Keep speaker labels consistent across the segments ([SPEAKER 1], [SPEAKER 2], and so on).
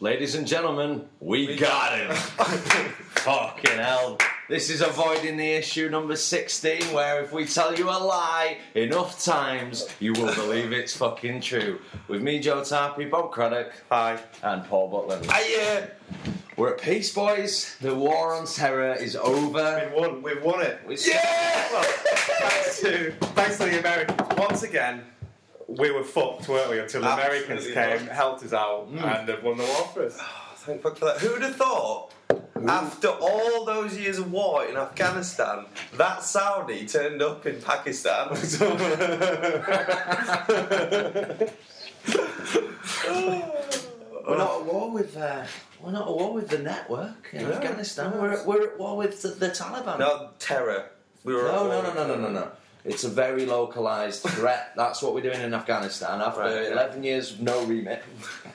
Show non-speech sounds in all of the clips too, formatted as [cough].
[SPEAKER 1] Ladies and gentlemen, we, got him. [laughs] Fucking hell. This is avoiding the issue number 16, where if we tell you a lie enough times, you will believe it's fucking true. With me, Joe Tarpey, Bob Craddock,
[SPEAKER 2] Hi.
[SPEAKER 1] and Paul Butland.
[SPEAKER 2] Hiya.
[SPEAKER 1] We're at peace, boys. The war on terror is over.
[SPEAKER 2] We've won. We've won it.
[SPEAKER 1] Yeah!
[SPEAKER 2] Well, thanks to thanks to the Americans once again. We were fucked, weren't we? Until the
[SPEAKER 3] Absolutely Hmm. Ah,
[SPEAKER 2] Americans came, helped us out, and they've won the war for us.
[SPEAKER 3] Thank fuck for that. Who'd have thought? After all those years of war in Afghanistan, that Saudi turned up in
[SPEAKER 2] [laughs]
[SPEAKER 3] Pakistan.
[SPEAKER 1] We're not at war with. Uh, we're not at war with the network in Afghanistan. We're at, we're at war with the, the Taliban.
[SPEAKER 3] no terror. We were at
[SPEAKER 1] No,
[SPEAKER 3] war
[SPEAKER 1] no, no,
[SPEAKER 3] with
[SPEAKER 1] no, no,
[SPEAKER 3] them.
[SPEAKER 1] no, no. It's a very localized
[SPEAKER 3] [laughs]
[SPEAKER 1] threat. That's what we're doing in Afghanistan. After
[SPEAKER 3] Right, yeah.
[SPEAKER 1] 11 years, of no remit.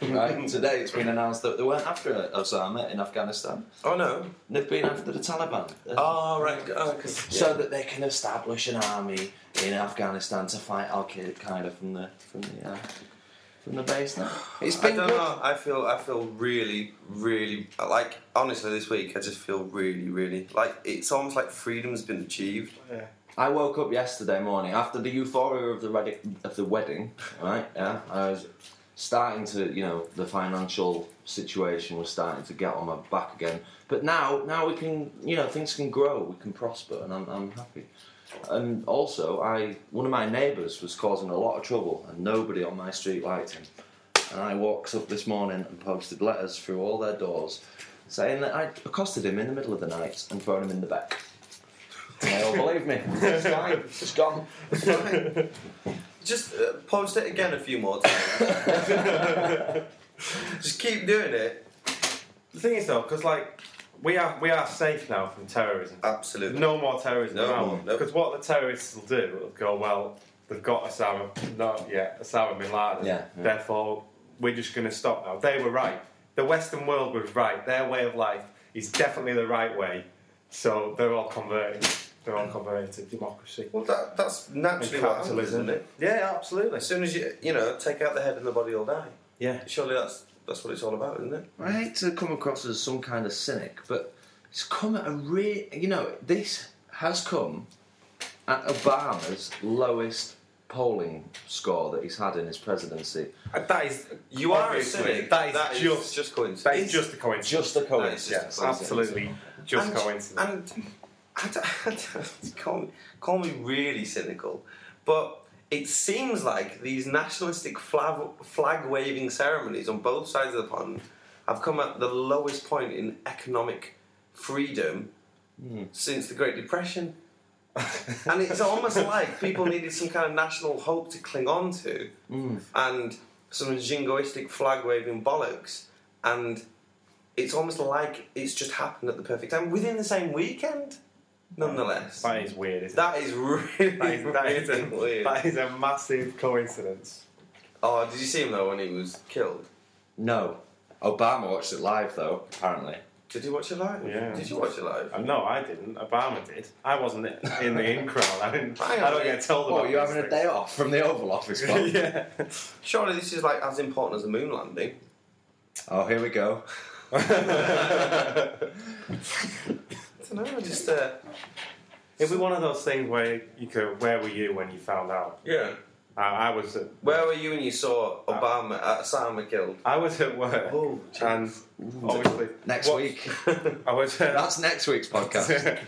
[SPEAKER 1] Right?
[SPEAKER 3] [laughs]
[SPEAKER 1] Today, it's been announced that they weren't after Osama in Afghanistan.
[SPEAKER 3] Oh no.
[SPEAKER 1] They've been after the Taliban. Uh,
[SPEAKER 3] Oh right. Oh, 'cause-
[SPEAKER 1] So that they can establish an army in Afghanistan to fight Al Qaeda from the from the uh, from the base. Now it's
[SPEAKER 3] I
[SPEAKER 1] been
[SPEAKER 3] don't
[SPEAKER 1] good.
[SPEAKER 3] know. I feel. I feel really, really like honestly this week. I just feel really, really like it's almost like freedom's been
[SPEAKER 2] [laughs]
[SPEAKER 3] achieved.
[SPEAKER 2] Yeah.
[SPEAKER 1] I woke up yesterday morning after the euphoria of the radi- of the wedding. Right, yeah, I was starting to, you know, the financial situation was starting to get on my back again. But now, now we can, you know, things can grow, we can prosper, and I'm, I'm happy. And also, I one of my neighbours was causing a lot of trouble, and nobody on my street liked him. And I walked up this morning and posted letters through all their doors, saying that I accosted him in the middle of the night and thrown him in the back. They all believe me. It's fine. It's gone.
[SPEAKER 3] Just uh, post it again a few more
[SPEAKER 2] [laughs]
[SPEAKER 3] times. just keep doing it.
[SPEAKER 2] The thing is, though, because like we are we are safe now from terrorism.
[SPEAKER 3] Absolutely.
[SPEAKER 2] No more terrorism.
[SPEAKER 3] No more, no.
[SPEAKER 2] Because what the terrorists will do, will go well. They've got Osama, not yet Osama bin Laden.
[SPEAKER 1] Yeah, yeah.
[SPEAKER 2] Therefore, we're just going to stop now. They were right. The Western world was right. Their way of life is definitely the right way. So they're all converting. They're all converting to democracy.
[SPEAKER 3] Well, that, that's
[SPEAKER 2] and
[SPEAKER 3] naturally what happens,
[SPEAKER 2] capitalism.
[SPEAKER 3] isn't it?
[SPEAKER 2] Yeah, absolutely.
[SPEAKER 3] As soon as you you know take out the head and the body will die.
[SPEAKER 2] Yeah.
[SPEAKER 3] Surely that's that's what it's all about, isn't it?
[SPEAKER 1] I hate to come across as some kind of cynic, but it's come at a real. You know, this has come at Obama's lowest polling score that he's had in his presidency.
[SPEAKER 3] uh,
[SPEAKER 2] And that is
[SPEAKER 3] You are a
[SPEAKER 2] obviously,
[SPEAKER 3] cynic.
[SPEAKER 2] That is
[SPEAKER 3] that is
[SPEAKER 2] just
[SPEAKER 3] just coincidence.
[SPEAKER 2] that is just a coincidence.
[SPEAKER 1] Just a coincidence.
[SPEAKER 3] That is
[SPEAKER 2] Yes,
[SPEAKER 3] just a coincidence.
[SPEAKER 2] absolutely, just
[SPEAKER 3] and,
[SPEAKER 2] coincidence.
[SPEAKER 3] And [laughs] I don't- I don't- call, me, call me really cynical, but it seems like these nationalistic flag, flag waving ceremonies on both sides of the pond have come at the lowest point in economic freedom
[SPEAKER 2] Hmm.
[SPEAKER 3] since the Great Depression.
[SPEAKER 2] [laughs]
[SPEAKER 3] and it's almost like people needed some kind of national hope to cling on to and some jingoistic flag waving bollocks. And it's almost like it's just happened at the perfect time within the same weekend, nonetheless.
[SPEAKER 2] that is weird. Isn't it?
[SPEAKER 3] That is really,
[SPEAKER 2] That is, that, is
[SPEAKER 3] really
[SPEAKER 2] a,
[SPEAKER 3] weird.
[SPEAKER 2] that is a massive coincidence.
[SPEAKER 3] Oh, did you see him though when he was killed?
[SPEAKER 1] No. Obama watched it live, though, apparently.
[SPEAKER 3] Did you watch it live?
[SPEAKER 2] Yeah.
[SPEAKER 3] Did you watch it live?
[SPEAKER 2] Uh, no, I didn't. Obama did. I wasn't in the in crowd. I didn't.
[SPEAKER 3] Hang
[SPEAKER 2] I
[SPEAKER 3] on.
[SPEAKER 2] don't get told about.
[SPEAKER 1] Oh, you're
[SPEAKER 2] these
[SPEAKER 1] having a day off from the Oval
[SPEAKER 2] [laughs]
[SPEAKER 1] Office, Bob?
[SPEAKER 2] things. yeah.
[SPEAKER 3] Surely this is like as important as the moon landing.
[SPEAKER 1] Oh, here we go.
[SPEAKER 3] I don't know, just uh,
[SPEAKER 2] It'd be one of those things where you go, "Where were you when you found out?"
[SPEAKER 3] yeah.
[SPEAKER 2] I, I was. At,
[SPEAKER 3] Where were you when you saw Obama, uh, Osama killed?
[SPEAKER 2] I was at work,
[SPEAKER 3] Oh,
[SPEAKER 2] and
[SPEAKER 3] jeez.
[SPEAKER 2] obviously
[SPEAKER 1] Next
[SPEAKER 2] wa-
[SPEAKER 1] week.
[SPEAKER 2] I was. uh,
[SPEAKER 1] That's next week's
[SPEAKER 2] [laughs]
[SPEAKER 1] podcast.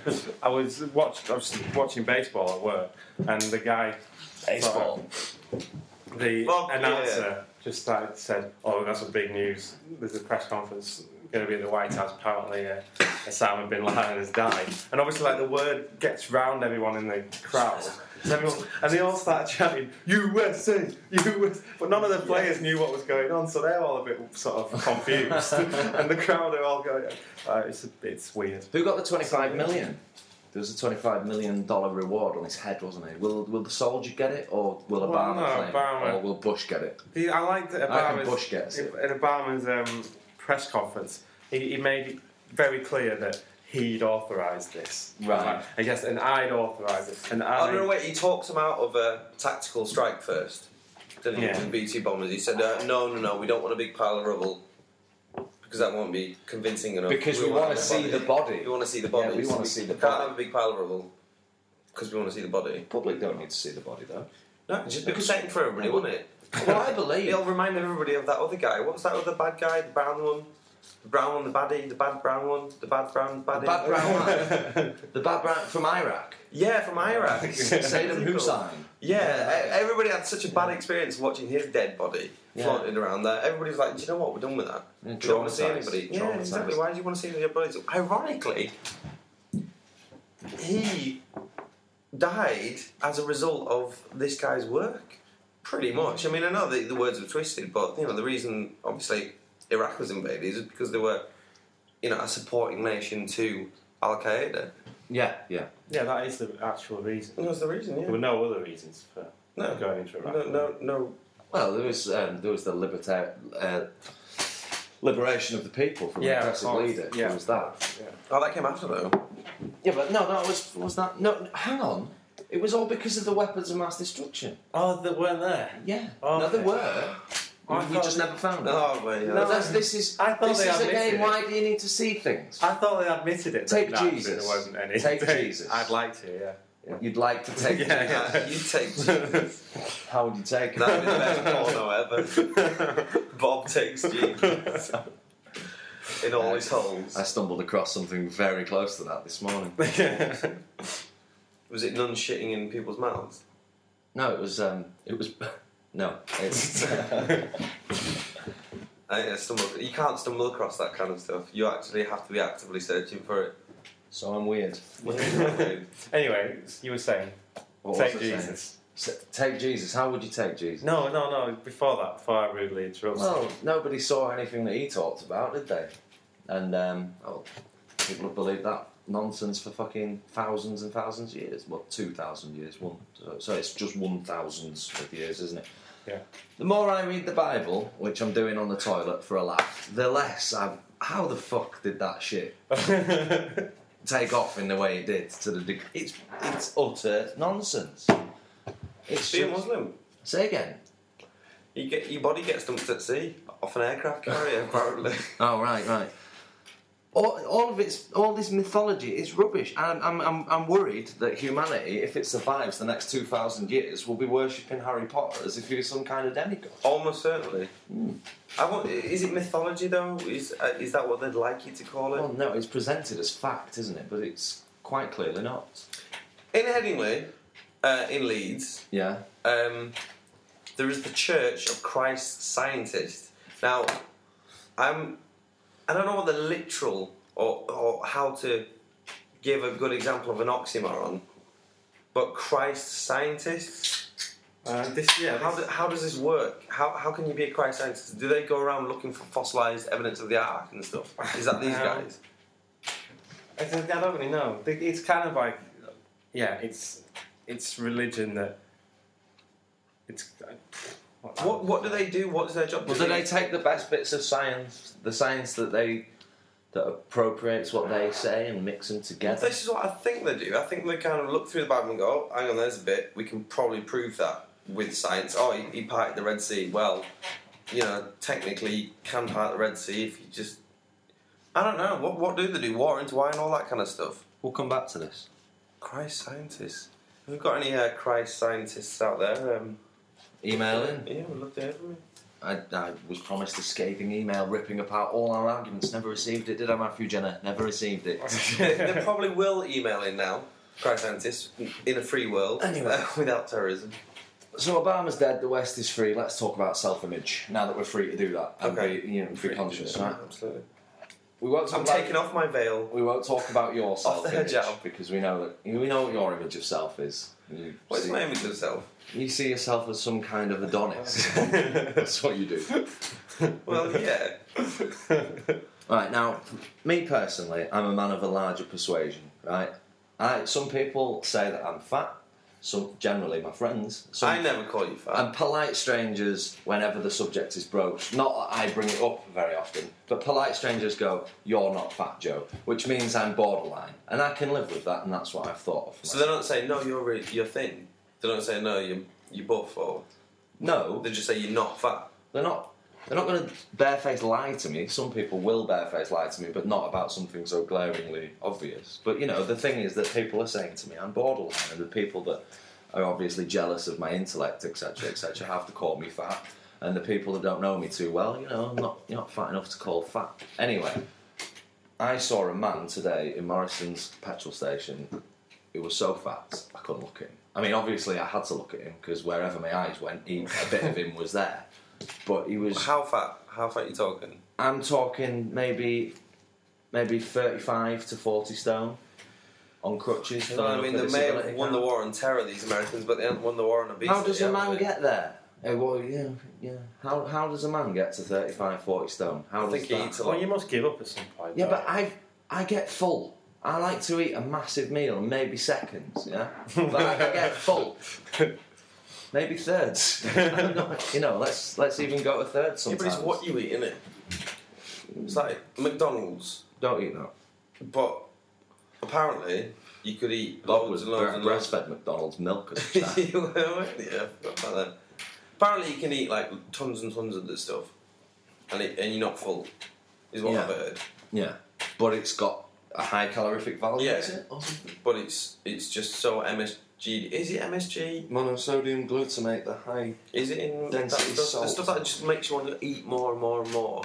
[SPEAKER 2] I was watched. I was watching baseball at work, and the guy,
[SPEAKER 1] Baseball.
[SPEAKER 2] the
[SPEAKER 3] Fuck yeah.
[SPEAKER 2] announcer, just started, said, "Oh, that's some big news. There's a press conference going to be at the White House. Apparently, uh, Osama bin Laden has died." And obviously, like the word gets round everyone in the crowd. So everyone- and they all start shouting USA, USA, but none of the players knew what was going on, so they're all a bit sort of confused, [laughs] and the crowd are all going, oh, "It's it's weird."
[SPEAKER 1] Who got the 25 million? There was a 25 million dollar reward on his head, wasn't it? Will will the soldier get it, or will
[SPEAKER 2] Well,
[SPEAKER 1] Obama
[SPEAKER 2] no,
[SPEAKER 1] claim it,
[SPEAKER 2] Obama.
[SPEAKER 1] or will Bush get it?
[SPEAKER 2] The- I like that
[SPEAKER 1] I reckon
[SPEAKER 2] Obama's,
[SPEAKER 1] Bush gets it.
[SPEAKER 2] in Obama's um, press conference, he, he made it very clear that he'd authorised this.
[SPEAKER 1] Right.
[SPEAKER 2] Like, I guess, and I'd authorise it. And
[SPEAKER 3] Oh
[SPEAKER 2] I,
[SPEAKER 3] no, wait. He talks him out of a tactical strike first, didn't he?
[SPEAKER 2] Yeah.
[SPEAKER 3] With B two bombers, he said, uh, "No, no, no. We don't want a big pile of rubble. because that won't be convincing enough.
[SPEAKER 1] Because we wanna see the body.
[SPEAKER 3] We want to see the body.
[SPEAKER 1] Yeah, we wanna see the
[SPEAKER 3] Can't
[SPEAKER 1] body.
[SPEAKER 3] have a big pile of rubble because we want to see the body.
[SPEAKER 1] Public don't need to see the body though.
[SPEAKER 3] No, just be protecting for everybody, wouldn't it?
[SPEAKER 1] Well, I
[SPEAKER 3] It'll
[SPEAKER 1] believe.
[SPEAKER 3] remind everybody of that other guy. What was that other bad guy? The brown one, the brown one, the baddie, the bad brown one, the bad brown baddie.
[SPEAKER 1] The bad
[SPEAKER 2] [laughs]
[SPEAKER 1] brown man. The bad brown from Iraq.
[SPEAKER 3] Yeah, from Iraq.
[SPEAKER 1] Saddam Hussein.
[SPEAKER 3] Yeah, e- everybody had such a bad experience watching his dead body
[SPEAKER 1] Yeah.
[SPEAKER 3] floating around there. Everybody's like, do you know what? We're done with that.
[SPEAKER 1] Yeah,
[SPEAKER 3] we don't want to see
[SPEAKER 1] traumatised,
[SPEAKER 3] anybody. Yeah,
[SPEAKER 1] traumatised.
[SPEAKER 3] exactly. Why do you want to see their bodies? Ironically, he died as a result of this guy's work. Pretty much. I mean, I know the, the words were twisted, but you know the reason obviously Iraq was invaded is because they were, you know, a supporting nation to Al Qaeda.
[SPEAKER 1] Yeah, yeah.
[SPEAKER 2] Yeah, that is the actual reason.
[SPEAKER 3] That was the reason.
[SPEAKER 2] There
[SPEAKER 3] Yeah.
[SPEAKER 2] were no other reasons for
[SPEAKER 3] No.
[SPEAKER 2] going into Iraq.
[SPEAKER 3] No, no, no.
[SPEAKER 1] Well, there was um, there was the liberta- uh, liberation of the people from the
[SPEAKER 2] Yeah, of
[SPEAKER 1] oppressive
[SPEAKER 2] course.
[SPEAKER 1] leader.
[SPEAKER 2] Yeah.
[SPEAKER 1] There was that.
[SPEAKER 3] Oh, that came after though.
[SPEAKER 1] Yeah, but no, that was was that. No, hang on. It was all because of the weapons of mass destruction.
[SPEAKER 2] Oh, they weren't there.
[SPEAKER 1] Yeah. No,
[SPEAKER 2] Oh, Okay.
[SPEAKER 1] there were.
[SPEAKER 2] I
[SPEAKER 1] we
[SPEAKER 2] thought-
[SPEAKER 1] just never found it.
[SPEAKER 3] Oh, wait,
[SPEAKER 1] But that's, this is
[SPEAKER 2] I thought
[SPEAKER 1] this
[SPEAKER 2] they
[SPEAKER 1] is a
[SPEAKER 2] admitted
[SPEAKER 1] game.
[SPEAKER 2] it.
[SPEAKER 1] Why do you need to see things?
[SPEAKER 2] I thought they admitted it.
[SPEAKER 1] Take
[SPEAKER 2] that actually
[SPEAKER 1] Jesus.
[SPEAKER 2] There wasn't any.
[SPEAKER 1] Take Jesus.
[SPEAKER 2] I'd like to. Yeah. [laughs]
[SPEAKER 1] You'd like to take.
[SPEAKER 2] Yeah.
[SPEAKER 3] Uh, you take Jesus.
[SPEAKER 1] How would you take
[SPEAKER 3] That'd
[SPEAKER 1] it?
[SPEAKER 3] be the best porno ever. Bob takes Jesus in all his holes.
[SPEAKER 1] I stumbled across something very close to that this morning.
[SPEAKER 3] Was it nun shitting in people's mouths?
[SPEAKER 1] No, it was. Um, it was. [laughs] No,
[SPEAKER 2] [laughs]
[SPEAKER 1] it's. [laughs]
[SPEAKER 3] I, I stumbled, you can't Uh, stumble across that kind of stuff. You actually have to be actively searching for it.
[SPEAKER 1] so I'm weird.
[SPEAKER 2] anyway, you were saying
[SPEAKER 1] What was I
[SPEAKER 2] take
[SPEAKER 1] saying?
[SPEAKER 2] Jesus.
[SPEAKER 1] S- Take Jesus. How would you take Jesus?
[SPEAKER 2] No, no, no. Before that, before I rudely interrupted.
[SPEAKER 1] Well, nobody saw anything that he talked about, did they? And um, oh, people have believed that nonsense for fucking thousands and thousands of years. Well, two thousand years, one. So, so it's just one thousands of years, isn't it?
[SPEAKER 2] Yeah.
[SPEAKER 1] The more I read the Bible, which I'm doing on the toilet for a laugh, the less I've. How the fuck did that shit take off in the way it did? To the deg- it's it's utter nonsense. It's
[SPEAKER 3] Be a
[SPEAKER 1] just-
[SPEAKER 3] Muslim.
[SPEAKER 1] say again.
[SPEAKER 3] You get, your body gets dumped at sea off an aircraft carrier, apparently.
[SPEAKER 1] Oh right, right. All, all of it's all this mythology is rubbish, and I'm, I'm, I'm worried that humanity, if it survives the next two thousand years, will be worshipping Harry Potter as if he was some kind of demigod.
[SPEAKER 3] Almost certainly. I want, is it mythology though? Is uh, is that what they'd like you to call it?
[SPEAKER 1] Well, no, it's presented as fact, isn't it? But it's quite clearly not.
[SPEAKER 3] In Headingley, uh, in Leeds,
[SPEAKER 1] Yeah.
[SPEAKER 3] um, there is the Church of Christ Scientist. Now, I'm, I don't know what the literal or, or how to give a good example of an oxymoron, but Christ Scientist?
[SPEAKER 2] Uh, this, yeah,
[SPEAKER 3] How,
[SPEAKER 2] this-
[SPEAKER 3] do, how does this work? How, how can you be a Christ Scientist? Do they go around looking for fossilised evidence of the Ark and stuff? Is that these
[SPEAKER 2] Um,
[SPEAKER 3] guys?
[SPEAKER 2] I don't I don't really know. They- It's kind of like, yeah, it's it's religion that it's. uh,
[SPEAKER 3] What,
[SPEAKER 2] [laughs]
[SPEAKER 3] what do they do? What's their job?
[SPEAKER 1] Well, do they take the best bits of science, the science that they that appropriates what they say, and mix them together?
[SPEAKER 3] This is what I think they do. I think they kind of look through the Bible and go, oh, hang on, there's a bit. We can probably prove that with science. Oh, he, he parted the Red Sea. Well, you know, technically, you can part the Red Sea if you just. I don't know. What, what do they do? Warrants, why, and all that kind of stuff.
[SPEAKER 1] We'll come back to this.
[SPEAKER 3] Christ scientists. Have we got any uh, Christ scientists out there? Um,
[SPEAKER 1] Email in.
[SPEAKER 3] yeah, we'd love to hear from you. [laughs]
[SPEAKER 1] I, I was promised a scathing email ripping apart all our arguments. Never received it, did I, Matthew Jenner? Never received it.
[SPEAKER 3] they, they probably will email in now. Christ scientists in a free world
[SPEAKER 1] Anyway.
[SPEAKER 3] uh, [laughs] without terrorism.
[SPEAKER 1] so Obama's dead. The West is free. Let's talk about self-image now that we're free to do that and
[SPEAKER 3] Okay.
[SPEAKER 1] be, you know, be conscious. Right?
[SPEAKER 3] Absolutely.
[SPEAKER 1] We won't talk
[SPEAKER 3] I'm
[SPEAKER 1] about
[SPEAKER 3] taking off my veil.
[SPEAKER 1] we won't talk about your self-image
[SPEAKER 3] hijab.
[SPEAKER 1] because we know that we know what your image of self is. You
[SPEAKER 3] What's
[SPEAKER 1] see-
[SPEAKER 3] my image of self?
[SPEAKER 1] you see yourself as some kind of Adonis. [laughs] That's what you do.
[SPEAKER 3] Well, yeah.
[SPEAKER 1] Right now, me personally, I'm a man of a larger persuasion. Right, I, some people say that I'm fat. Some generally my friends. Some,
[SPEAKER 3] I never call you fat.
[SPEAKER 1] And polite strangers, whenever the subject is broached, not that I bring it up very often, but polite strangers go, "You're not fat, Joe," which means I'm borderline, and I can live with that, and that's what I've thought of.
[SPEAKER 3] so they don't say no, you're really, you're thin. They don't say no, you're you buff, or
[SPEAKER 1] no,
[SPEAKER 3] they just say you're not fat.
[SPEAKER 1] they're not. They're not going to barefaced lie to me. Some people will barefaced lie to me, but not about something so glaringly obvious. But you know, the thing is that people are saying to me, I'm borderline, and the people that are obviously jealous of my intellect, etc., etc., have to call me fat. And the people that don't know me too well, you know, I'm not, you're not fat enough to call fat. Anyway, I saw a man today in Morrison's petrol station who was so fat I couldn't look at him. I mean, obviously I had to look at him because wherever my eyes went, he, a bit of him was there. But he was.
[SPEAKER 3] How fat? How fat you talking?
[SPEAKER 1] I'm talking maybe, maybe 35 to 40 stone on crutches.
[SPEAKER 3] You know what I mean? They may have won the war on terror, these Americans, but they haven't won the war on obesity.
[SPEAKER 1] How does a
[SPEAKER 3] haven't
[SPEAKER 1] man
[SPEAKER 3] they?
[SPEAKER 1] get there? Eh, well, yeah, yeah. How, how does a man get to 35, 40 stone? How
[SPEAKER 3] I
[SPEAKER 1] does
[SPEAKER 3] think he
[SPEAKER 1] that-
[SPEAKER 3] eats a
[SPEAKER 2] Well, you must give up at some point.
[SPEAKER 1] Yeah,
[SPEAKER 2] don't
[SPEAKER 1] but
[SPEAKER 2] you?
[SPEAKER 1] I I get full. I like to eat a massive meal in maybe seconds,
[SPEAKER 3] [laughs]
[SPEAKER 1] yeah? But I I get full. Maybe thirds. [laughs] I don't know. You know, let's let's even go to thirds
[SPEAKER 3] Yeah,
[SPEAKER 1] sometimes.
[SPEAKER 3] but it's what you eat, innit? It's like McDonald's,
[SPEAKER 1] Don't eat that.
[SPEAKER 3] but apparently you could eat
[SPEAKER 1] Bob was
[SPEAKER 3] loads and loads
[SPEAKER 1] bre-
[SPEAKER 3] and loads.
[SPEAKER 1] breastfed McDonald's milk as a
[SPEAKER 3] You [laughs]
[SPEAKER 1] child.
[SPEAKER 3] were, weren't you? I forgot about that. Apparently you can eat like tons and tons of this stuff, and, it, and you're not full. Is what
[SPEAKER 1] Yeah.
[SPEAKER 3] I've heard.
[SPEAKER 1] Yeah. But it's got a high calorific value,
[SPEAKER 3] Yeah.
[SPEAKER 1] is it? Or something?
[SPEAKER 3] But it's it's just so MSG. Is it MSG?
[SPEAKER 1] Monosodium glutamate, the high
[SPEAKER 3] Is it in
[SPEAKER 1] Density
[SPEAKER 3] that stuff?
[SPEAKER 1] salt.
[SPEAKER 3] The stuff that just makes you want to eat more and more and more.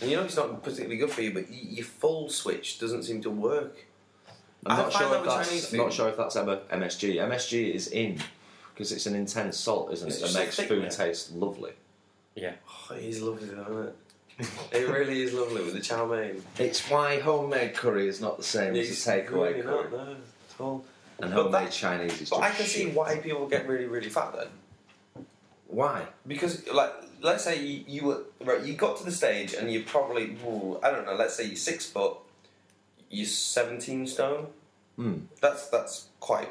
[SPEAKER 3] And you know it's not particularly good for you, but y- your full switch doesn't seem to work.
[SPEAKER 1] I'm
[SPEAKER 3] I
[SPEAKER 1] not
[SPEAKER 3] find
[SPEAKER 1] sure,
[SPEAKER 3] that
[SPEAKER 1] if
[SPEAKER 3] with
[SPEAKER 1] that's,
[SPEAKER 3] Chinese
[SPEAKER 1] I'm not
[SPEAKER 3] food-
[SPEAKER 1] sure if that's ever MSG. MSG is in because it's an intense salt, isn't
[SPEAKER 3] It's
[SPEAKER 1] it? That
[SPEAKER 3] just a
[SPEAKER 1] makes food
[SPEAKER 3] thickener.
[SPEAKER 1] taste lovely.
[SPEAKER 3] Oh, it is lovely, though, isn't
[SPEAKER 1] [laughs]
[SPEAKER 3] it? it really is lovely with the chow mein.
[SPEAKER 1] It's why homemade curry is not the same as
[SPEAKER 3] It's
[SPEAKER 1] a takeaway
[SPEAKER 3] really
[SPEAKER 1] curry.
[SPEAKER 3] not, no, at all.
[SPEAKER 1] And
[SPEAKER 3] But
[SPEAKER 1] homemade
[SPEAKER 3] that-
[SPEAKER 1] Chinese is
[SPEAKER 3] But
[SPEAKER 1] just
[SPEAKER 3] I can see
[SPEAKER 1] shit.
[SPEAKER 3] why people get really, really fat then.
[SPEAKER 1] Why?
[SPEAKER 3] Because, like, let's say you, you were right, you got to the stage and you're probably, ooh, I don't know, let's say you're six foot, you're 17 stone.
[SPEAKER 1] Hmm.
[SPEAKER 3] That's that's quite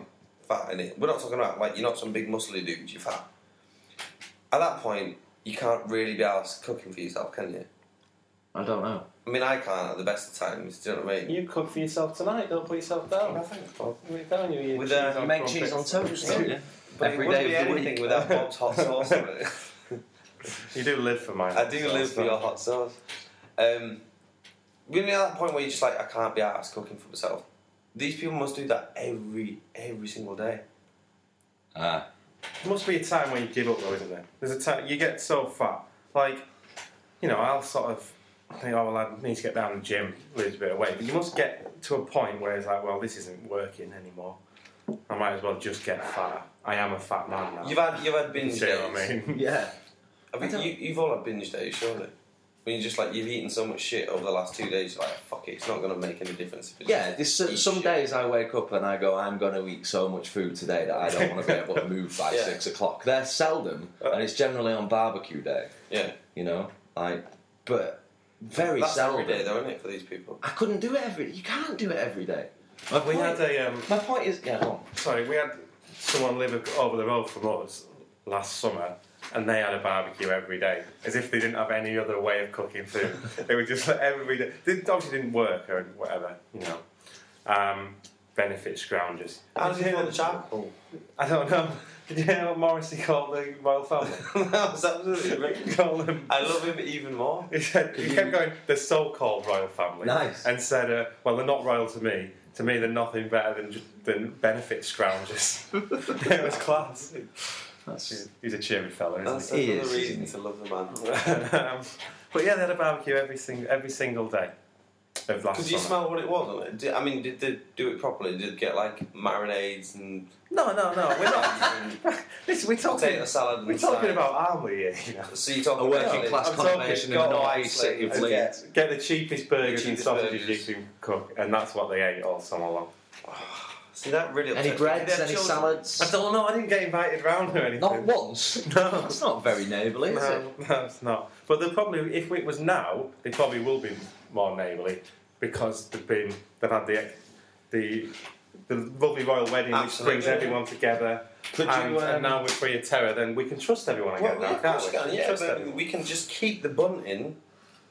[SPEAKER 3] fat in it. We're not talking about like you're not some big muscly dude. You're fat. At that point, you can't really be asked cooking for yourself, can you?
[SPEAKER 1] I don't know.
[SPEAKER 3] I mean, I can't at the best of times. Do you know what I mean?
[SPEAKER 2] You cook for yourself tonight. Don't put yourself down. We're telling you, you
[SPEAKER 3] With,
[SPEAKER 2] cheese
[SPEAKER 3] uh,
[SPEAKER 2] on
[SPEAKER 1] You make
[SPEAKER 2] crumpets.
[SPEAKER 1] cheese on toast, don't you?
[SPEAKER 3] But
[SPEAKER 1] Every
[SPEAKER 3] it wouldn't
[SPEAKER 1] day
[SPEAKER 3] be
[SPEAKER 1] of the
[SPEAKER 3] anything
[SPEAKER 1] week.
[SPEAKER 3] without Bob's hot sauce.
[SPEAKER 1] [laughs]
[SPEAKER 3] on it.
[SPEAKER 2] You do live for mine.
[SPEAKER 3] I do
[SPEAKER 2] so-
[SPEAKER 3] live for your hot sauce. Um, really, at that point where you're just like, I can't be asked cooking for myself. These people must do that every every single day.
[SPEAKER 1] Ah,
[SPEAKER 2] There must be a time when you give up, though, isn't there? There's a time you get so fat. Like, you know, I'll sort of think, oh, well, I need to get down to the gym, lose a bit of weight. But you must get to a point where it's like, well, this isn't working anymore. I might as well just get fatter. I am a fat man now.
[SPEAKER 3] You've had you've had binge
[SPEAKER 2] See
[SPEAKER 3] days.
[SPEAKER 2] what I mean?
[SPEAKER 1] yeah.
[SPEAKER 3] I mean,
[SPEAKER 1] I don't-
[SPEAKER 3] you, you've all had binge days, surely. When you're just like you've eaten so much shit over the last two days, you're like fuck it, it's not gonna make any difference. If it's
[SPEAKER 1] Yeah,
[SPEAKER 3] just
[SPEAKER 1] there's so-
[SPEAKER 3] eat
[SPEAKER 1] some
[SPEAKER 3] shit.
[SPEAKER 1] days I wake up and I go, I'm going to eat so much food today that I don't want to be
[SPEAKER 3] [laughs]
[SPEAKER 1] able to move by
[SPEAKER 3] Yeah. Uh.
[SPEAKER 1] six o'clock. They're seldom, and it's generally on barbecue day,
[SPEAKER 3] Yeah,
[SPEAKER 1] you know? Like, but very
[SPEAKER 3] that's
[SPEAKER 1] seldom.
[SPEAKER 3] every day though, isn't it, for these people?
[SPEAKER 1] I couldn't do it every You can't do it every day. My
[SPEAKER 2] [laughs] We
[SPEAKER 1] point-
[SPEAKER 2] had a um,
[SPEAKER 1] My point is, yeah, go on.
[SPEAKER 2] sorry, we had someone live ac- over the road from us last summer, and they had a barbecue every day, as if they didn't have any other way of cooking food. they were just like every day. They obviously didn't work or whatever, you know. Um, benefit scroungers.
[SPEAKER 3] How does
[SPEAKER 2] Did you
[SPEAKER 3] it
[SPEAKER 2] hear
[SPEAKER 3] feel the [laughs] charcoal?
[SPEAKER 2] I don't know. [laughs] Did you hear what Morrissey called the royal family?
[SPEAKER 3] [laughs]
[SPEAKER 2] [laughs]
[SPEAKER 3] that was absolutely
[SPEAKER 2] He
[SPEAKER 3] ridiculous.
[SPEAKER 2] called them.
[SPEAKER 3] I love him even more.
[SPEAKER 2] He said he kept going. The so-called royal family.
[SPEAKER 1] Nice.
[SPEAKER 2] And said, uh, "Well, they're not royal to me. To me, they're nothing better than than benefit scroungers." [laughs] it was class.
[SPEAKER 1] That's,
[SPEAKER 2] He's a cheery fella, isn't
[SPEAKER 3] That's
[SPEAKER 1] He
[SPEAKER 3] another
[SPEAKER 1] is,
[SPEAKER 3] reason
[SPEAKER 1] isn't
[SPEAKER 3] to love the man. [laughs]
[SPEAKER 2] he? [laughs] um, but yeah, they had a barbecue every single every single day of last
[SPEAKER 3] Could you
[SPEAKER 2] summer.
[SPEAKER 3] smell what it was on it? Did, I mean, did they do it properly? Did it get like marinades and
[SPEAKER 2] no, no, no. [laughs] We're not.
[SPEAKER 3] and
[SPEAKER 2] Listen, we're talking.
[SPEAKER 3] potato salad? And
[SPEAKER 2] We're talking
[SPEAKER 3] side?
[SPEAKER 2] about Armley [laughs] here. You know.
[SPEAKER 3] so you talking
[SPEAKER 1] A working
[SPEAKER 3] about
[SPEAKER 1] class
[SPEAKER 2] I'm talking
[SPEAKER 1] combination in the
[SPEAKER 2] God,
[SPEAKER 1] northeast
[SPEAKER 3] Iceland,
[SPEAKER 1] city of
[SPEAKER 3] I
[SPEAKER 1] Leeds.
[SPEAKER 3] guess.
[SPEAKER 2] Get the cheapest burgers
[SPEAKER 3] The cheapest
[SPEAKER 2] and sausages
[SPEAKER 3] burgers.
[SPEAKER 2] you can cook, and that's what they ate all summer long.
[SPEAKER 3] See that really upset
[SPEAKER 1] Any
[SPEAKER 3] me.
[SPEAKER 1] breads,
[SPEAKER 3] They're
[SPEAKER 1] any
[SPEAKER 3] children.
[SPEAKER 2] I
[SPEAKER 1] salads?
[SPEAKER 2] don't know. I didn't get invited round or anything.
[SPEAKER 1] Not once.
[SPEAKER 2] No.
[SPEAKER 1] That's not very neighbourly, is it?
[SPEAKER 2] No, [laughs] no, it's not. But they probably, if it was now, they probably will be more neighbourly because they've been, they've had the the the lovely royal wedding
[SPEAKER 3] Absolutely.
[SPEAKER 2] which brings everyone together.
[SPEAKER 1] Could you,
[SPEAKER 2] and,
[SPEAKER 1] um,
[SPEAKER 2] and now we're free of terror, then we can trust everyone
[SPEAKER 3] Well,
[SPEAKER 2] again.
[SPEAKER 3] yeah,
[SPEAKER 2] now,
[SPEAKER 3] of course we
[SPEAKER 2] can't
[SPEAKER 3] can.
[SPEAKER 2] we? We
[SPEAKER 3] Yeah,
[SPEAKER 2] trust
[SPEAKER 3] but
[SPEAKER 2] everyone.
[SPEAKER 3] we can just keep the bunting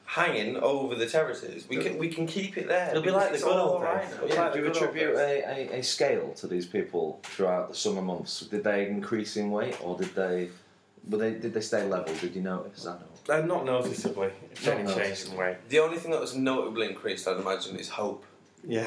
[SPEAKER 3] hanging over the terraces. We can we can keep it there.
[SPEAKER 2] It'll be like the
[SPEAKER 3] It's
[SPEAKER 2] good
[SPEAKER 3] all
[SPEAKER 2] old
[SPEAKER 3] right.
[SPEAKER 2] days.
[SPEAKER 3] Yeah.
[SPEAKER 2] Yeah.
[SPEAKER 1] Do you attribute a, a, a scale to these people throughout the summer months? Did they increase in weight or did they But they did they stay level? Did you notice? I know.
[SPEAKER 2] Uh, not noticeably. It's
[SPEAKER 1] Not
[SPEAKER 2] only changed in way.
[SPEAKER 3] The only thing that was notably increased, I'd imagine, is hope.
[SPEAKER 2] Yeah.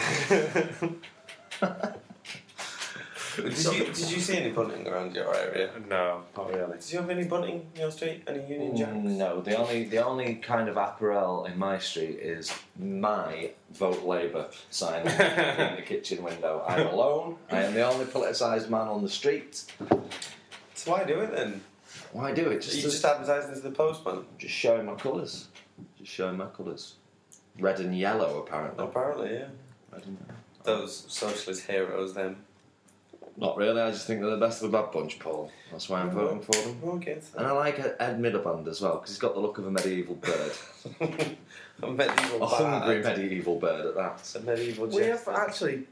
[SPEAKER 3] Did you, did you see any bunting around your area?
[SPEAKER 2] [laughs] no, not really.
[SPEAKER 3] Did you have any bunting in your street? Any Union Jack?
[SPEAKER 1] Mm, No, the only the only kind of apparel in my street is my vote Labour sign in the kitchen window. I'm alone. I am the only politicised man on the street.
[SPEAKER 3] So why do it then?
[SPEAKER 1] Why do it?
[SPEAKER 3] Are
[SPEAKER 1] Just
[SPEAKER 3] you
[SPEAKER 1] to,
[SPEAKER 3] just
[SPEAKER 1] just,
[SPEAKER 3] advertising to the postman?
[SPEAKER 1] showing my colours. Just showing my colours. Red and yellow, apparently.
[SPEAKER 3] Apparently, yeah.
[SPEAKER 1] Red and yellow.
[SPEAKER 3] Those socialist heroes, then.
[SPEAKER 1] Not really. I just think they're the best of a bad bunch, Paul. That's why I'm voting for them.
[SPEAKER 3] Okay.
[SPEAKER 1] And I like Ed Miliband as well because he's got the look of a medieval
[SPEAKER 3] [laughs]
[SPEAKER 1] bird,
[SPEAKER 3] [laughs] a medieval
[SPEAKER 1] a hungry
[SPEAKER 3] bard.
[SPEAKER 1] medieval bird at that.
[SPEAKER 3] A medieval
[SPEAKER 2] We have
[SPEAKER 3] jester.
[SPEAKER 2] actually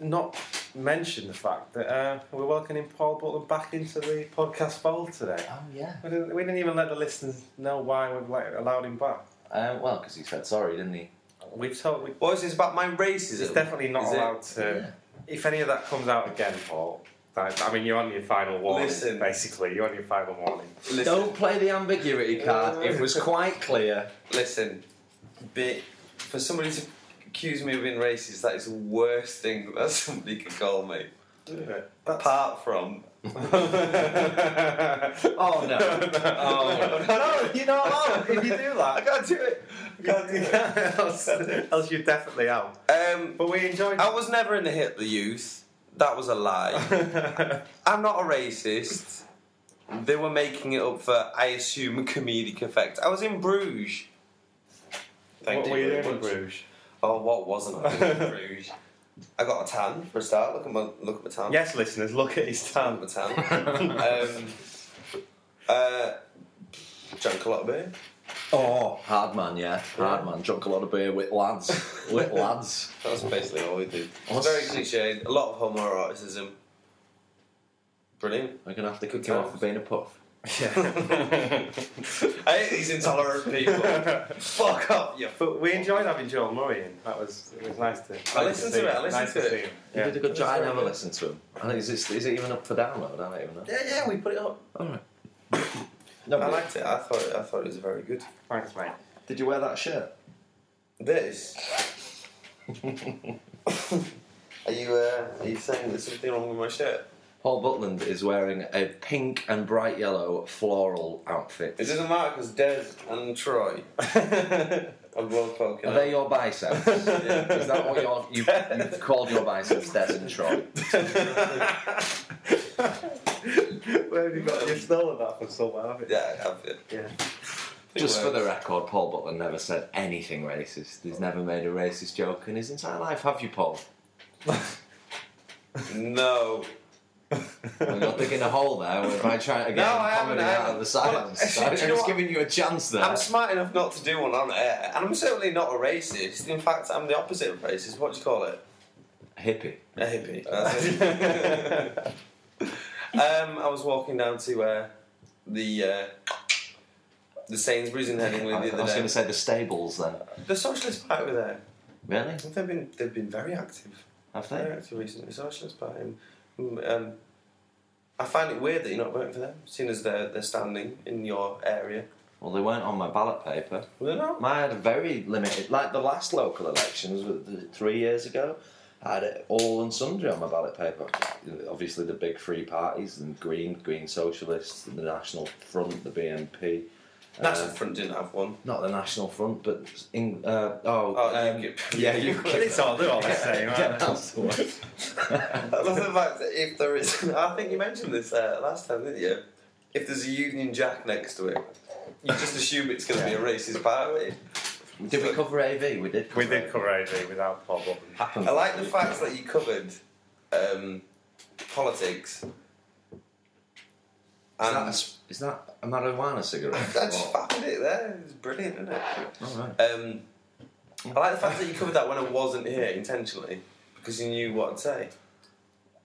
[SPEAKER 2] not mentioned the fact that uh, we're welcoming Paul Butler back into the podcast fold today.
[SPEAKER 1] Oh
[SPEAKER 3] um,
[SPEAKER 1] yeah.
[SPEAKER 2] We didn't, we didn't even let the listeners know why we've like, allowed him back.
[SPEAKER 1] Um, well, because he said sorry, didn't he?
[SPEAKER 2] We've told. We,
[SPEAKER 3] What is this about my racism?
[SPEAKER 2] it's definitely not
[SPEAKER 3] Is it-
[SPEAKER 2] allowed to. If any of that comes out again, Paul. Like, I mean, you're on your final warning.
[SPEAKER 3] Listen.
[SPEAKER 2] Basically, you're on your final warning.
[SPEAKER 3] Listen,
[SPEAKER 1] Don't play the ambiguity card. it was quite clear.
[SPEAKER 3] listen. Be, for somebody to accuse me of being racist, that is the worst thing that somebody could call me. [laughs] Apart from.
[SPEAKER 1] Oh
[SPEAKER 3] [laughs]
[SPEAKER 1] no! [laughs]
[SPEAKER 2] no, no, you're not allowed. If [laughs] you
[SPEAKER 3] [laughs]
[SPEAKER 2] do
[SPEAKER 3] I
[SPEAKER 2] that,
[SPEAKER 3] can't do it. I can't do it.
[SPEAKER 2] else, else you're definitely out.
[SPEAKER 3] Um,
[SPEAKER 2] But we enjoyed. [laughs]
[SPEAKER 3] I was never in the Hitler Youth. That was a lie. I'm not a racist. They were making it up for, I assume, [laughs] comedic effect. I was in Bruges. Thank
[SPEAKER 2] what
[SPEAKER 3] you
[SPEAKER 2] were you
[SPEAKER 3] very
[SPEAKER 2] doing in
[SPEAKER 3] much.
[SPEAKER 2] Bruges?
[SPEAKER 3] Oh, what wasn't I doing
[SPEAKER 2] [laughs]
[SPEAKER 3] in Bruges? I got a tan for a start. Look at my look at my tan.
[SPEAKER 2] Yes, listeners, look at his
[SPEAKER 3] Look
[SPEAKER 2] tan.
[SPEAKER 3] at my tan. um, uh, drank a lot of beer.
[SPEAKER 1] Oh, hard man, yeah, hard man. Drunk a lot of beer with lads,
[SPEAKER 3] [laughs]
[SPEAKER 1] with lads.
[SPEAKER 3] That was basically all we did. It was
[SPEAKER 1] What's-
[SPEAKER 3] very cliche. A lot of homoeroticism. Brilliant.
[SPEAKER 1] We're gonna have to kick him off for being a puff.
[SPEAKER 3] I hate these intolerant
[SPEAKER 2] [laughs]
[SPEAKER 3] people. Fuck off, you. F-
[SPEAKER 2] But we enjoyed having Joel Murray in. That was it was nice to. nice
[SPEAKER 3] listened
[SPEAKER 2] see
[SPEAKER 3] to it, I
[SPEAKER 2] him,
[SPEAKER 3] listened
[SPEAKER 2] nice
[SPEAKER 3] to it.
[SPEAKER 2] see him.
[SPEAKER 1] You did a
[SPEAKER 2] Yeah.
[SPEAKER 1] good job. I never listened to him. I think is it, is it even up for download? I don't even know.
[SPEAKER 3] yeah, yeah, we put it up.
[SPEAKER 1] All right. No,
[SPEAKER 3] [coughs] I
[SPEAKER 1] but
[SPEAKER 3] liked it. I thought I thought it was very good.
[SPEAKER 2] Thanks, mate.
[SPEAKER 1] [laughs] did you wear that shirt?
[SPEAKER 3] This. [laughs] are you uh, are you saying there's something wrong with my shirt?
[SPEAKER 1] Paul Butland is wearing a pink and bright yellow floral outfit.
[SPEAKER 3] It doesn't matter because Des
[SPEAKER 1] [laughs]
[SPEAKER 3] and Troy are both poking.
[SPEAKER 1] Are
[SPEAKER 3] out.
[SPEAKER 1] they your
[SPEAKER 3] [laughs]
[SPEAKER 1] biceps? Is that what you're, you, you've called your biceps, Des and Troy?
[SPEAKER 2] Where have you got? You stolen that from somewhere, haven't you?
[SPEAKER 3] [laughs] Yeah, I have it.
[SPEAKER 2] Yeah.
[SPEAKER 1] Just for
[SPEAKER 3] works.
[SPEAKER 1] the record, Paul Butler never said anything racist. He's never made a racist joke in his entire life, have you, Paul?
[SPEAKER 3] No.
[SPEAKER 1] Well, you're [laughs]
[SPEAKER 2] [laughs]
[SPEAKER 1] digging a hole there by trying to get
[SPEAKER 3] No, I
[SPEAKER 1] comedy
[SPEAKER 3] haven't, I
[SPEAKER 1] out of
[SPEAKER 3] haven't.
[SPEAKER 1] the silence.
[SPEAKER 3] Well, [laughs]
[SPEAKER 1] I was
[SPEAKER 3] do you know what?
[SPEAKER 1] giving you a chance there.
[SPEAKER 3] I'm smart enough not to do one on air, and I'm certainly not a racist. In fact, I'm the opposite of racist. What do you call it?
[SPEAKER 1] Hippie. [laughs]
[SPEAKER 3] A hippie. That's it. [laughs] um, I was walking down to uh, the uh, the Sainsbury's in
[SPEAKER 1] I,
[SPEAKER 3] Headingley
[SPEAKER 1] I
[SPEAKER 3] the
[SPEAKER 1] was
[SPEAKER 3] other
[SPEAKER 1] going
[SPEAKER 3] day.
[SPEAKER 1] to say the stables then.
[SPEAKER 3] The Socialist Party were there.
[SPEAKER 1] Really?
[SPEAKER 3] They've been they've been very active.
[SPEAKER 1] Have
[SPEAKER 3] Very
[SPEAKER 1] they?
[SPEAKER 3] active recently. Socialist Party. and, mm, Um, I find it weird that you're not voting for them, seeing as they're they're standing in your area.
[SPEAKER 1] Well, they weren't on my ballot paper.
[SPEAKER 3] Were they not?
[SPEAKER 1] I had a very limited, like the last local elections were the- three years ago. I had it all and sundry on my ballot paper. Obviously, the big three parties: the Green, Green Socialists, the National Front, the BNP.
[SPEAKER 3] National
[SPEAKER 1] Uh,
[SPEAKER 3] Front didn't
[SPEAKER 1] [laughs]
[SPEAKER 3] have one.
[SPEAKER 1] not the National Front, but in, uh, oh,
[SPEAKER 3] Oh,
[SPEAKER 1] um,
[SPEAKER 3] UKIP.
[SPEAKER 1] yeah, UKIP.
[SPEAKER 2] It's all they're all the same,
[SPEAKER 1] Yeah,
[SPEAKER 2] aren't they?
[SPEAKER 1] that's the one.
[SPEAKER 3] That's the fact that if there is, I think you mentioned this uh, last time, didn't you? If there's a Union Jack next to it, you just assume it's going to be a racist party.
[SPEAKER 1] did we cover AV? We did. Cover
[SPEAKER 2] We did
[SPEAKER 1] AV.
[SPEAKER 2] cover AV without Paul Butler.
[SPEAKER 1] Happened.
[SPEAKER 3] I like the fact that you covered um, politics.
[SPEAKER 1] Is that, a,
[SPEAKER 3] And
[SPEAKER 1] s- is that a marijuana cigarette?
[SPEAKER 3] [laughs] I just
[SPEAKER 1] Or-
[SPEAKER 3] found it there. It's brilliant, isn't it?
[SPEAKER 1] all right.
[SPEAKER 3] Um, I like the fact that you covered that when I wasn't here intentionally because you knew what I'd say.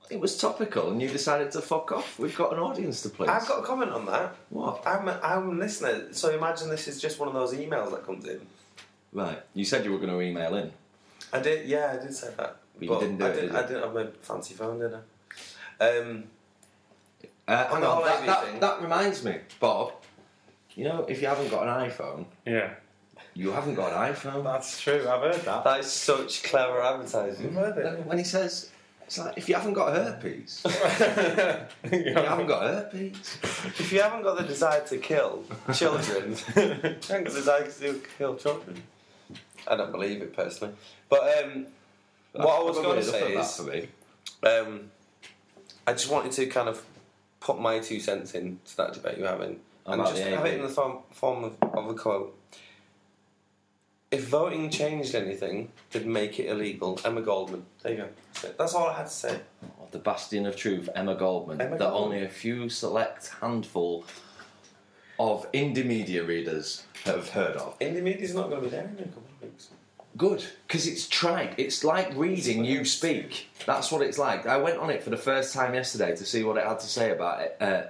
[SPEAKER 1] It was topical, and you decided to fuck off. We've got an audience to please.
[SPEAKER 3] I've got a comment on that.
[SPEAKER 1] what?
[SPEAKER 3] I'm a, I'm a listener, so imagine this is just one of those emails that comes in.
[SPEAKER 1] Right. You said you were going to email in.
[SPEAKER 3] I did, yeah, I did say that.
[SPEAKER 1] But you didn't do
[SPEAKER 3] I
[SPEAKER 1] it,
[SPEAKER 3] Didn't,
[SPEAKER 1] did you?
[SPEAKER 3] I didn't have my fancy phone, did I? Um,
[SPEAKER 1] Uh,
[SPEAKER 3] On
[SPEAKER 1] hang
[SPEAKER 3] the
[SPEAKER 1] on,
[SPEAKER 3] whole
[SPEAKER 1] that,
[SPEAKER 3] AV
[SPEAKER 1] that,
[SPEAKER 3] thing.
[SPEAKER 1] that reminds me, Bob. You know, if you haven't got an iPhone,
[SPEAKER 2] Yeah,
[SPEAKER 1] you haven't got an iPhone.
[SPEAKER 2] that's true. I've heard that.
[SPEAKER 3] That is such clever advertising.
[SPEAKER 2] I've heard
[SPEAKER 1] When he says, it's like, if you haven't got
[SPEAKER 3] [laughs]
[SPEAKER 1] herpes, you
[SPEAKER 2] it.
[SPEAKER 1] haven't got herpes.
[SPEAKER 3] If you haven't got the desire
[SPEAKER 1] [laughs]
[SPEAKER 3] to kill children, [laughs] you haven't got the desire to kill children. I don't believe it personally. But um, what I was going to say is, um, I just wanted to kind of put my two cents in to that debate you're having, and
[SPEAKER 1] About
[SPEAKER 3] just
[SPEAKER 1] the
[SPEAKER 3] have
[SPEAKER 1] AV.
[SPEAKER 3] it in the form, form of, of a quote. If voting changed anything, they'd make it illegal. Emma Goldman. There you go. That's it. That's all I had to say.
[SPEAKER 1] the bastion of truth, Emma Goldman,
[SPEAKER 3] Emma
[SPEAKER 1] that
[SPEAKER 3] Goldman.
[SPEAKER 1] only a few select handful of indie media readers have heard of.
[SPEAKER 3] Indie media's not going to be there in a couple of weeks.
[SPEAKER 1] Good, because it's tried. It's like reading you speak. That's what it's like. I went on it for the first time yesterday to see what it had to say about it, uh,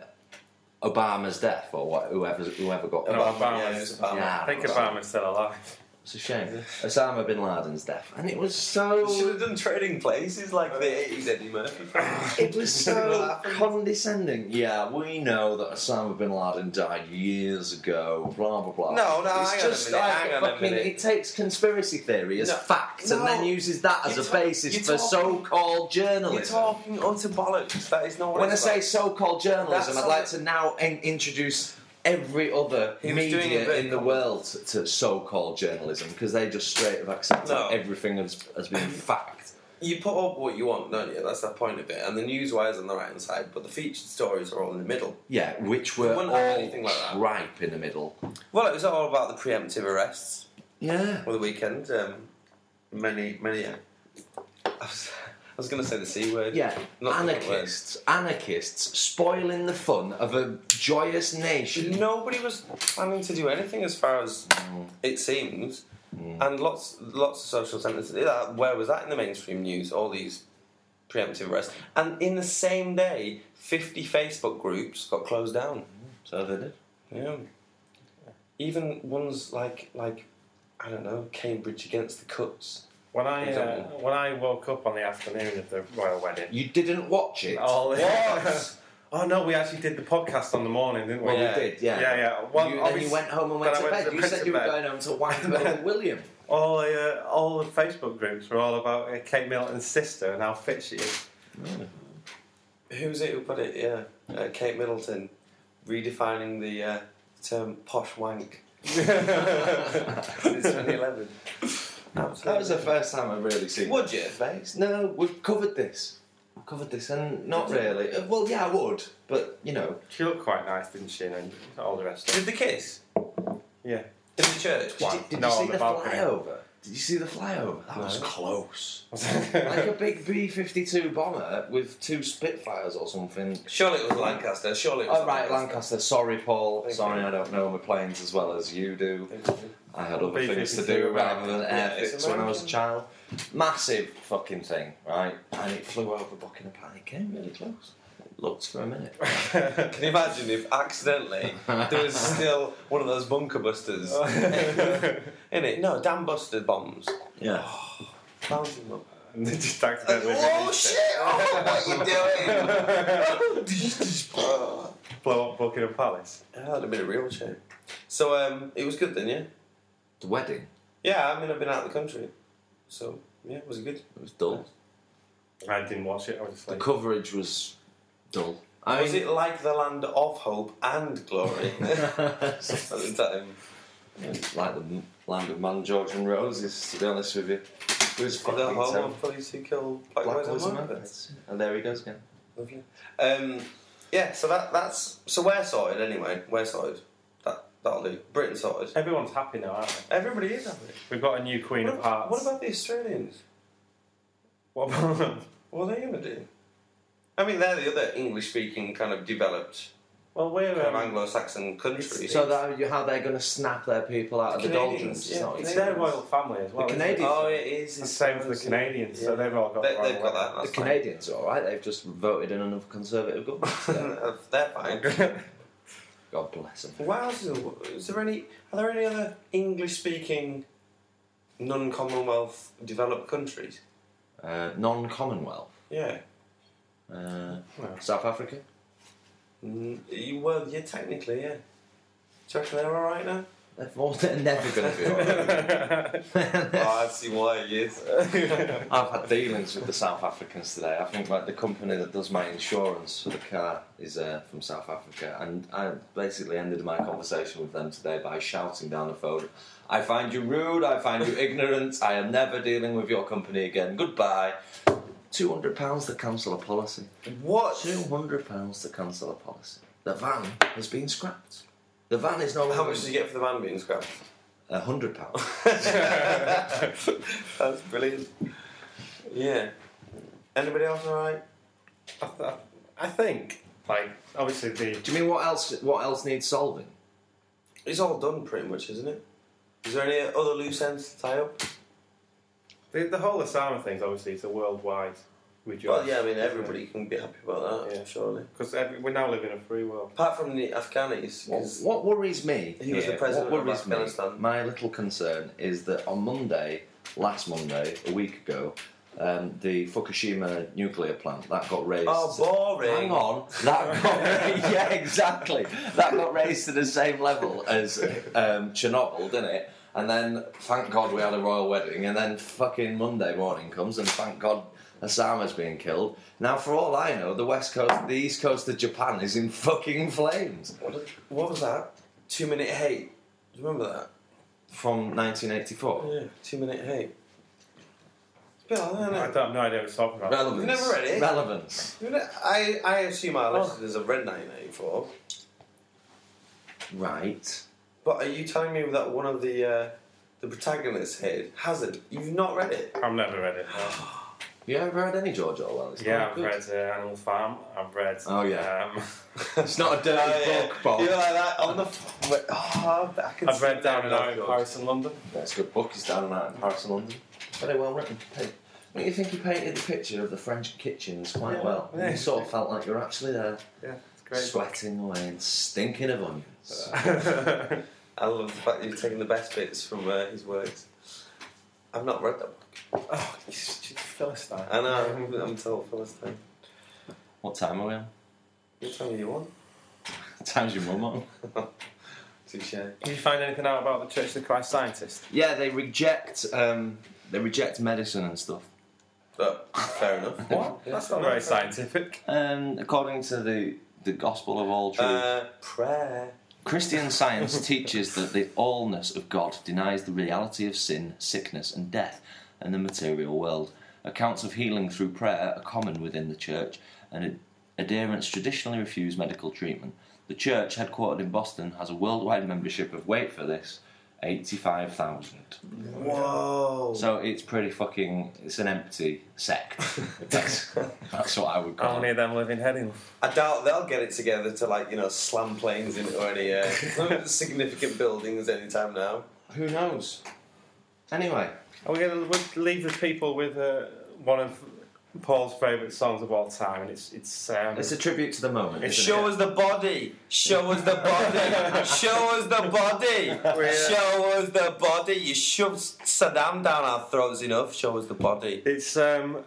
[SPEAKER 1] Obama's death or what, whoever whoever got.
[SPEAKER 2] No, Obama's-
[SPEAKER 3] it's Obama.
[SPEAKER 1] Yeah.
[SPEAKER 2] I think Obama's still alive.
[SPEAKER 1] It's a shame. Osama bin Laden's death, and it was so.
[SPEAKER 3] Should have done trading places like the 80s Eddie Murphy. [laughs]
[SPEAKER 1] It was so condescending. Yeah, we know that Osama bin Laden died years ago. Blah blah blah.
[SPEAKER 3] No, no,
[SPEAKER 1] it's
[SPEAKER 3] hang on a
[SPEAKER 1] just
[SPEAKER 3] minute,
[SPEAKER 1] like
[SPEAKER 3] hang on a
[SPEAKER 1] fucking.
[SPEAKER 3] minute.
[SPEAKER 1] It takes conspiracy theory as
[SPEAKER 3] No,
[SPEAKER 1] fact
[SPEAKER 3] no.
[SPEAKER 1] and then uses that as
[SPEAKER 3] You're
[SPEAKER 1] a
[SPEAKER 3] ta-
[SPEAKER 1] basis
[SPEAKER 3] you're
[SPEAKER 1] for
[SPEAKER 3] talking-
[SPEAKER 1] so-called journalism.
[SPEAKER 3] You're talking utter bollocks. That is not what
[SPEAKER 1] When I
[SPEAKER 3] it's
[SPEAKER 1] say
[SPEAKER 3] like.
[SPEAKER 1] so-called journalism,
[SPEAKER 3] That's
[SPEAKER 1] I'd like
[SPEAKER 3] not-
[SPEAKER 1] to now in- introduce every other
[SPEAKER 3] He was doing
[SPEAKER 1] media
[SPEAKER 3] it
[SPEAKER 1] in the
[SPEAKER 3] very-
[SPEAKER 1] world to so-called journalism because they just straight have accepted
[SPEAKER 3] No.
[SPEAKER 1] everything as, as being fact.
[SPEAKER 3] You put up what you want, don't you? That's the point of it. And the news wires on the right hand side, but the featured stories are all in the middle.
[SPEAKER 1] Yeah, which were all
[SPEAKER 3] wouldn't have anything like that.
[SPEAKER 1] ripe in the middle.
[SPEAKER 3] Well, it was all about the preemptive arrests
[SPEAKER 1] Yeah.
[SPEAKER 3] for the weekend. Um, many, many. I was, [laughs] I was going to say the C word.
[SPEAKER 1] Yeah,
[SPEAKER 3] Not the right
[SPEAKER 1] anarchists, anarchists spoiling the fun of a joyous nation.
[SPEAKER 3] Nobody was planning to do anything, as far as it seems, and lots, lots of social centres. yeah, Where was that in the mainstream news? All these preemptive arrests, and in the same day, fifty Facebook groups got closed down.
[SPEAKER 1] So they did.
[SPEAKER 3] Yeah, even ones like like I don't know, Cambridge against the cuts.
[SPEAKER 2] When I uh,
[SPEAKER 3] Example.
[SPEAKER 2] when I woke up on the afternoon of the royal wedding,
[SPEAKER 1] You didn't watch it.
[SPEAKER 2] Oh,
[SPEAKER 3] What?
[SPEAKER 2] [laughs] oh no, we actually did the podcast on the morning, didn't we?
[SPEAKER 3] Well, we
[SPEAKER 2] yeah.
[SPEAKER 1] did, yeah.
[SPEAKER 2] yeah, yeah. Well,
[SPEAKER 1] you, then
[SPEAKER 2] obviously-
[SPEAKER 1] you went home and went
[SPEAKER 2] then
[SPEAKER 1] to
[SPEAKER 2] I
[SPEAKER 1] bed. you
[SPEAKER 2] went
[SPEAKER 1] said
[SPEAKER 2] to
[SPEAKER 1] you were
[SPEAKER 2] bed.
[SPEAKER 1] going home to wine and William.
[SPEAKER 2] All the uh, all the Facebook groups were all about uh, Kate Middleton's sister and how fit she is.
[SPEAKER 3] Who's it who put it? Yeah, uh, Kate Middleton, redefining the uh, term posh wank. [laughs] Since 2011.
[SPEAKER 1] That was the first time I've really seen
[SPEAKER 3] Would you?
[SPEAKER 1] face. No, we've covered this. We've covered this, and not really. Uh, Well, yeah, I would, but you know,
[SPEAKER 2] She looked quite nice, didn't she? And all the rest. Of it.
[SPEAKER 3] Did the kiss?
[SPEAKER 2] Yeah. [laughs]
[SPEAKER 3] In the church?
[SPEAKER 1] did
[SPEAKER 2] Why?
[SPEAKER 1] you, did
[SPEAKER 2] No,
[SPEAKER 1] you see
[SPEAKER 2] on the
[SPEAKER 1] the
[SPEAKER 2] balcony.
[SPEAKER 1] flyover? Did you see the flyover? That was close. like a big B fifty two bomber with two Spitfires or something.
[SPEAKER 3] Surely it was Lancaster. Surely it was
[SPEAKER 1] Oh right, Lancaster. Sorry, Paul.
[SPEAKER 3] Thank
[SPEAKER 1] Sorry,
[SPEAKER 3] you.
[SPEAKER 1] I don't know my planes as well as you do. I had other
[SPEAKER 2] B-52
[SPEAKER 1] things to do rather than
[SPEAKER 3] American. Yeah,
[SPEAKER 1] airfits
[SPEAKER 3] it's
[SPEAKER 1] when I was a
[SPEAKER 3] American.
[SPEAKER 1] child. Massive fucking thing, right? And it flew over Buckingham Palace. It came really close. Looked for a minute.
[SPEAKER 3] Can you imagine if accidentally there was still one of those bunker
[SPEAKER 1] [laughs]
[SPEAKER 3] busters in it? No, dam buster bombs.
[SPEAKER 1] Yeah.
[SPEAKER 3] Bouncing them.
[SPEAKER 2] and they just accidentally
[SPEAKER 3] Oh
[SPEAKER 2] released
[SPEAKER 3] shit!
[SPEAKER 2] it.
[SPEAKER 3] Oh, what are you doing? [laughs] oh,
[SPEAKER 2] Blow up Buckingham Palace.
[SPEAKER 3] that'd have been a real shame. So um, it was good then, yeah.
[SPEAKER 1] The wedding.
[SPEAKER 3] Yeah, I mean I've been out of the country, so yeah, was it good?
[SPEAKER 1] It was dull.
[SPEAKER 2] I didn't watch it. I was just
[SPEAKER 1] The
[SPEAKER 2] like,
[SPEAKER 1] coverage was dull. I
[SPEAKER 3] was it like the land of hope and [laughs] glory at the time?
[SPEAKER 1] [laughs] like the m- land of man, George and Roses, to be honest with you. It was
[SPEAKER 3] For the
[SPEAKER 1] fucking
[SPEAKER 3] whole
[SPEAKER 1] terrible.
[SPEAKER 3] of police who killed black,
[SPEAKER 1] Black
[SPEAKER 3] boys and
[SPEAKER 1] Boys and
[SPEAKER 3] white boys.
[SPEAKER 1] Muppets. And there he goes again.
[SPEAKER 3] Lovely. Um, yeah, so that that's so we're sorted anyway. We're sorted. That that'll do. Britain sorted.
[SPEAKER 2] everyone's happy now, aren't they?
[SPEAKER 3] Everybody is happy.
[SPEAKER 2] We've got a new Queen
[SPEAKER 3] What,
[SPEAKER 2] of
[SPEAKER 3] ab-
[SPEAKER 2] Hearts.
[SPEAKER 3] what about the Australians?
[SPEAKER 2] What about them?
[SPEAKER 3] What are they gonna do? I mean, they're the other English-speaking kind of developed
[SPEAKER 2] Well, we're
[SPEAKER 3] kind of
[SPEAKER 2] um,
[SPEAKER 3] Anglo-Saxon country.
[SPEAKER 1] So that you- how they're going to snap their people out of the doldrums?
[SPEAKER 3] Canadians, yeah,
[SPEAKER 1] It's not-
[SPEAKER 2] it's their royal family as well.
[SPEAKER 1] The
[SPEAKER 2] isn't it?
[SPEAKER 1] Canadians.
[SPEAKER 3] oh, it is.
[SPEAKER 2] The
[SPEAKER 3] it's
[SPEAKER 2] same for the
[SPEAKER 3] frozen. [laughs]
[SPEAKER 2] Canadians, so
[SPEAKER 3] Yeah.
[SPEAKER 2] they've all got
[SPEAKER 3] They,
[SPEAKER 2] the
[SPEAKER 3] they've
[SPEAKER 2] royal
[SPEAKER 3] got
[SPEAKER 1] The
[SPEAKER 3] that.
[SPEAKER 1] Canadians are all right. They've just voted in another Conservative government.
[SPEAKER 3] That's [laughs]
[SPEAKER 1] so
[SPEAKER 3] fine. they're fine.
[SPEAKER 2] [laughs] wedding.
[SPEAKER 1] God bless them.
[SPEAKER 3] What else is there? Is there any? Are there any other English-speaking, non-Commonwealth developed countries?
[SPEAKER 1] Uh, non-Commonwealth.
[SPEAKER 3] Yeah.
[SPEAKER 1] Uh,
[SPEAKER 2] No.
[SPEAKER 1] South Africa.
[SPEAKER 3] Mm, you- well, yeah, technically, yeah. Do you reckon they're all right now?
[SPEAKER 1] They're, more, they're [laughs] never going to be alright.
[SPEAKER 3] [laughs] oh, I see why it is.
[SPEAKER 1] I've had dealings with the South Africans today. I think like the company that does my insurance for the car is uh, from South Africa, and I basically ended my conversation with them today by shouting down the phone, "I find you rude. I find you ignorant. I am never dealing with your company again. Goodbye." Two hundred pounds to cancel a policy.
[SPEAKER 3] what?
[SPEAKER 1] Two hundred pounds to cancel a policy. The van has been scrapped. The van is no
[SPEAKER 3] How
[SPEAKER 1] longer.
[SPEAKER 3] much did you get for the van being scrapped?
[SPEAKER 1] A hundred pounds.
[SPEAKER 3] [laughs] That's brilliant. Yeah. Anybody else all right?
[SPEAKER 2] I, th- I think, like, obviously the
[SPEAKER 1] Do you mean what else? What else needs solving?
[SPEAKER 3] It's all done pretty much, isn't it? Is there any other loose ends to tie up?
[SPEAKER 2] the, the whole Osama thing's obviously it's a worldwide
[SPEAKER 3] Well,
[SPEAKER 2] rejoice.
[SPEAKER 3] yeah, I mean, everybody can be happy about that,
[SPEAKER 2] Yeah.
[SPEAKER 3] surely.
[SPEAKER 2] Because we're now living in a free world.
[SPEAKER 3] Apart from the Afghanis,
[SPEAKER 1] What,
[SPEAKER 3] 'cause
[SPEAKER 1] what worries me?
[SPEAKER 3] He was
[SPEAKER 1] here,
[SPEAKER 3] the president
[SPEAKER 1] what
[SPEAKER 3] of
[SPEAKER 1] worries me,
[SPEAKER 3] Afghanistan.
[SPEAKER 1] my little concern is that on Monday, last Monday, a week ago, um, the Fukushima nuclear plant that got raised.
[SPEAKER 3] Oh, boring.
[SPEAKER 1] Hang on, that got [laughs] yeah, exactly. That got raised to the same level as um, Chernobyl, didn't it? And then, thank God, we had a royal wedding. And then, fucking Monday morning comes, and thank God, Osama's being killed. Now, for all I know, the west coast, the east coast of Japan is in fucking flames
[SPEAKER 3] What, what was that? Two Minute Hate. Do you remember that?
[SPEAKER 1] from 1984.
[SPEAKER 3] Yeah. Two Minute Hate. It's a bit like that,
[SPEAKER 2] I
[SPEAKER 3] isn't it?
[SPEAKER 2] don't have no idea what it's talking about.
[SPEAKER 1] Relevance.
[SPEAKER 3] You've never read it?
[SPEAKER 1] Relevance.
[SPEAKER 3] You know, I, I assume our listeners have read 1984,
[SPEAKER 1] Right.
[SPEAKER 3] but are you telling me that one of the uh, the protagonists here hasn't? You've not read it?
[SPEAKER 2] I've never read it. no.
[SPEAKER 1] You ever read any George Orwell? It's
[SPEAKER 2] Yeah,
[SPEAKER 1] not
[SPEAKER 2] I've
[SPEAKER 1] good.
[SPEAKER 2] read uh, Animal Farm. I've read.
[SPEAKER 1] Oh, yeah.
[SPEAKER 2] Um, [laughs]
[SPEAKER 1] It's not a dirty
[SPEAKER 3] Oh, yeah.
[SPEAKER 1] book, Bob.
[SPEAKER 3] You're like that on the. F- wait, oh, I can
[SPEAKER 2] I've
[SPEAKER 3] see
[SPEAKER 2] read Down and
[SPEAKER 3] that.
[SPEAKER 2] Out in Paris and London.
[SPEAKER 1] That's a good book. He's down and out in Paris and London. Very well written. Hey, Don't you think he painted the picture of the French kitchens quite
[SPEAKER 2] Yeah,
[SPEAKER 1] well?
[SPEAKER 2] yeah.
[SPEAKER 1] You sort of felt like you're actually there,
[SPEAKER 2] Yeah, it's great.
[SPEAKER 1] sweating away and stinking of onions.
[SPEAKER 3] I love the fact that you've taken the best bits from uh, his works. I've not read that book.
[SPEAKER 2] oh, you stupid philistine.
[SPEAKER 3] I know, I'm, I'm told Philistine.
[SPEAKER 1] What time are we on?
[SPEAKER 3] What time are you on?
[SPEAKER 1] Time's your mum on.
[SPEAKER 3] Touche.
[SPEAKER 2] [laughs] Did you find anything out about the Church of the Christ Scientist?
[SPEAKER 1] Yeah, they reject um, they reject medicine and stuff.
[SPEAKER 3] But fair enough.
[SPEAKER 2] What? That's not very scientific.
[SPEAKER 1] Um, according to the the gospel of all truth,
[SPEAKER 3] Uh, prayer.
[SPEAKER 1] Christian science teaches that the allness of God denies the reality of sin, sickness, and death in the material world. Accounts of healing through prayer are common within the church, and ad- adherents traditionally refuse medical treatment. The church, headquartered in Boston, has a worldwide membership of, wait for this, 85,000.
[SPEAKER 3] Whoa.
[SPEAKER 1] So it's pretty fucking, it's an empty sect. that's, that's what I would
[SPEAKER 2] How
[SPEAKER 1] call
[SPEAKER 2] many
[SPEAKER 1] it.
[SPEAKER 2] of them live in Headingley?
[SPEAKER 3] I doubt they'll get it together to like you know slam planes into any
[SPEAKER 2] [laughs]
[SPEAKER 3] uh, significant buildings anytime now.
[SPEAKER 1] Who knows? Anyway,
[SPEAKER 2] Are we going to leave the people with uh, one of Paul's favourite songs of all time? And it's it's um,
[SPEAKER 1] it's a tribute to the moment.
[SPEAKER 2] It's
[SPEAKER 1] isn't it?
[SPEAKER 3] Show us the body. Show us the body. Show us the body. Show us the body. You shoved Saddam down our throats enough. Show us the body.
[SPEAKER 2] it's um,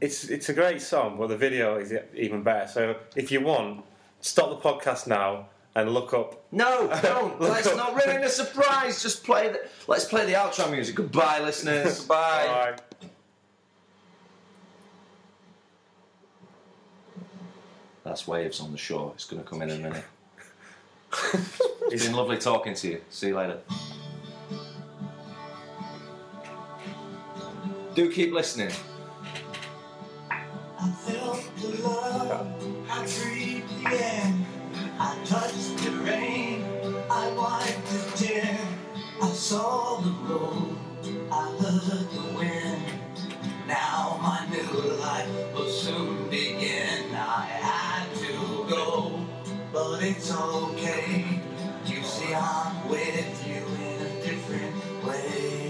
[SPEAKER 2] it's it's a great song, but the video is even better. So if you want, stop the podcast now and look up.
[SPEAKER 1] No, don't. Let's not ruin the surprise. Just play the. Let's play the outro music. Goodbye, listeners.
[SPEAKER 3] [laughs] Goodbye.
[SPEAKER 2] Bye.
[SPEAKER 1] That's waves on the shore. It's going to come in a minute. it's been lovely talking to you. See you later. Do keep listening.
[SPEAKER 4] I felt the love, I dreamed the end, I touched the rain, I wiped the tear, I saw the road, I heard the wind. Now my new life will soon begin. I had to go, but it's okay. You see, I'm with you in a different way.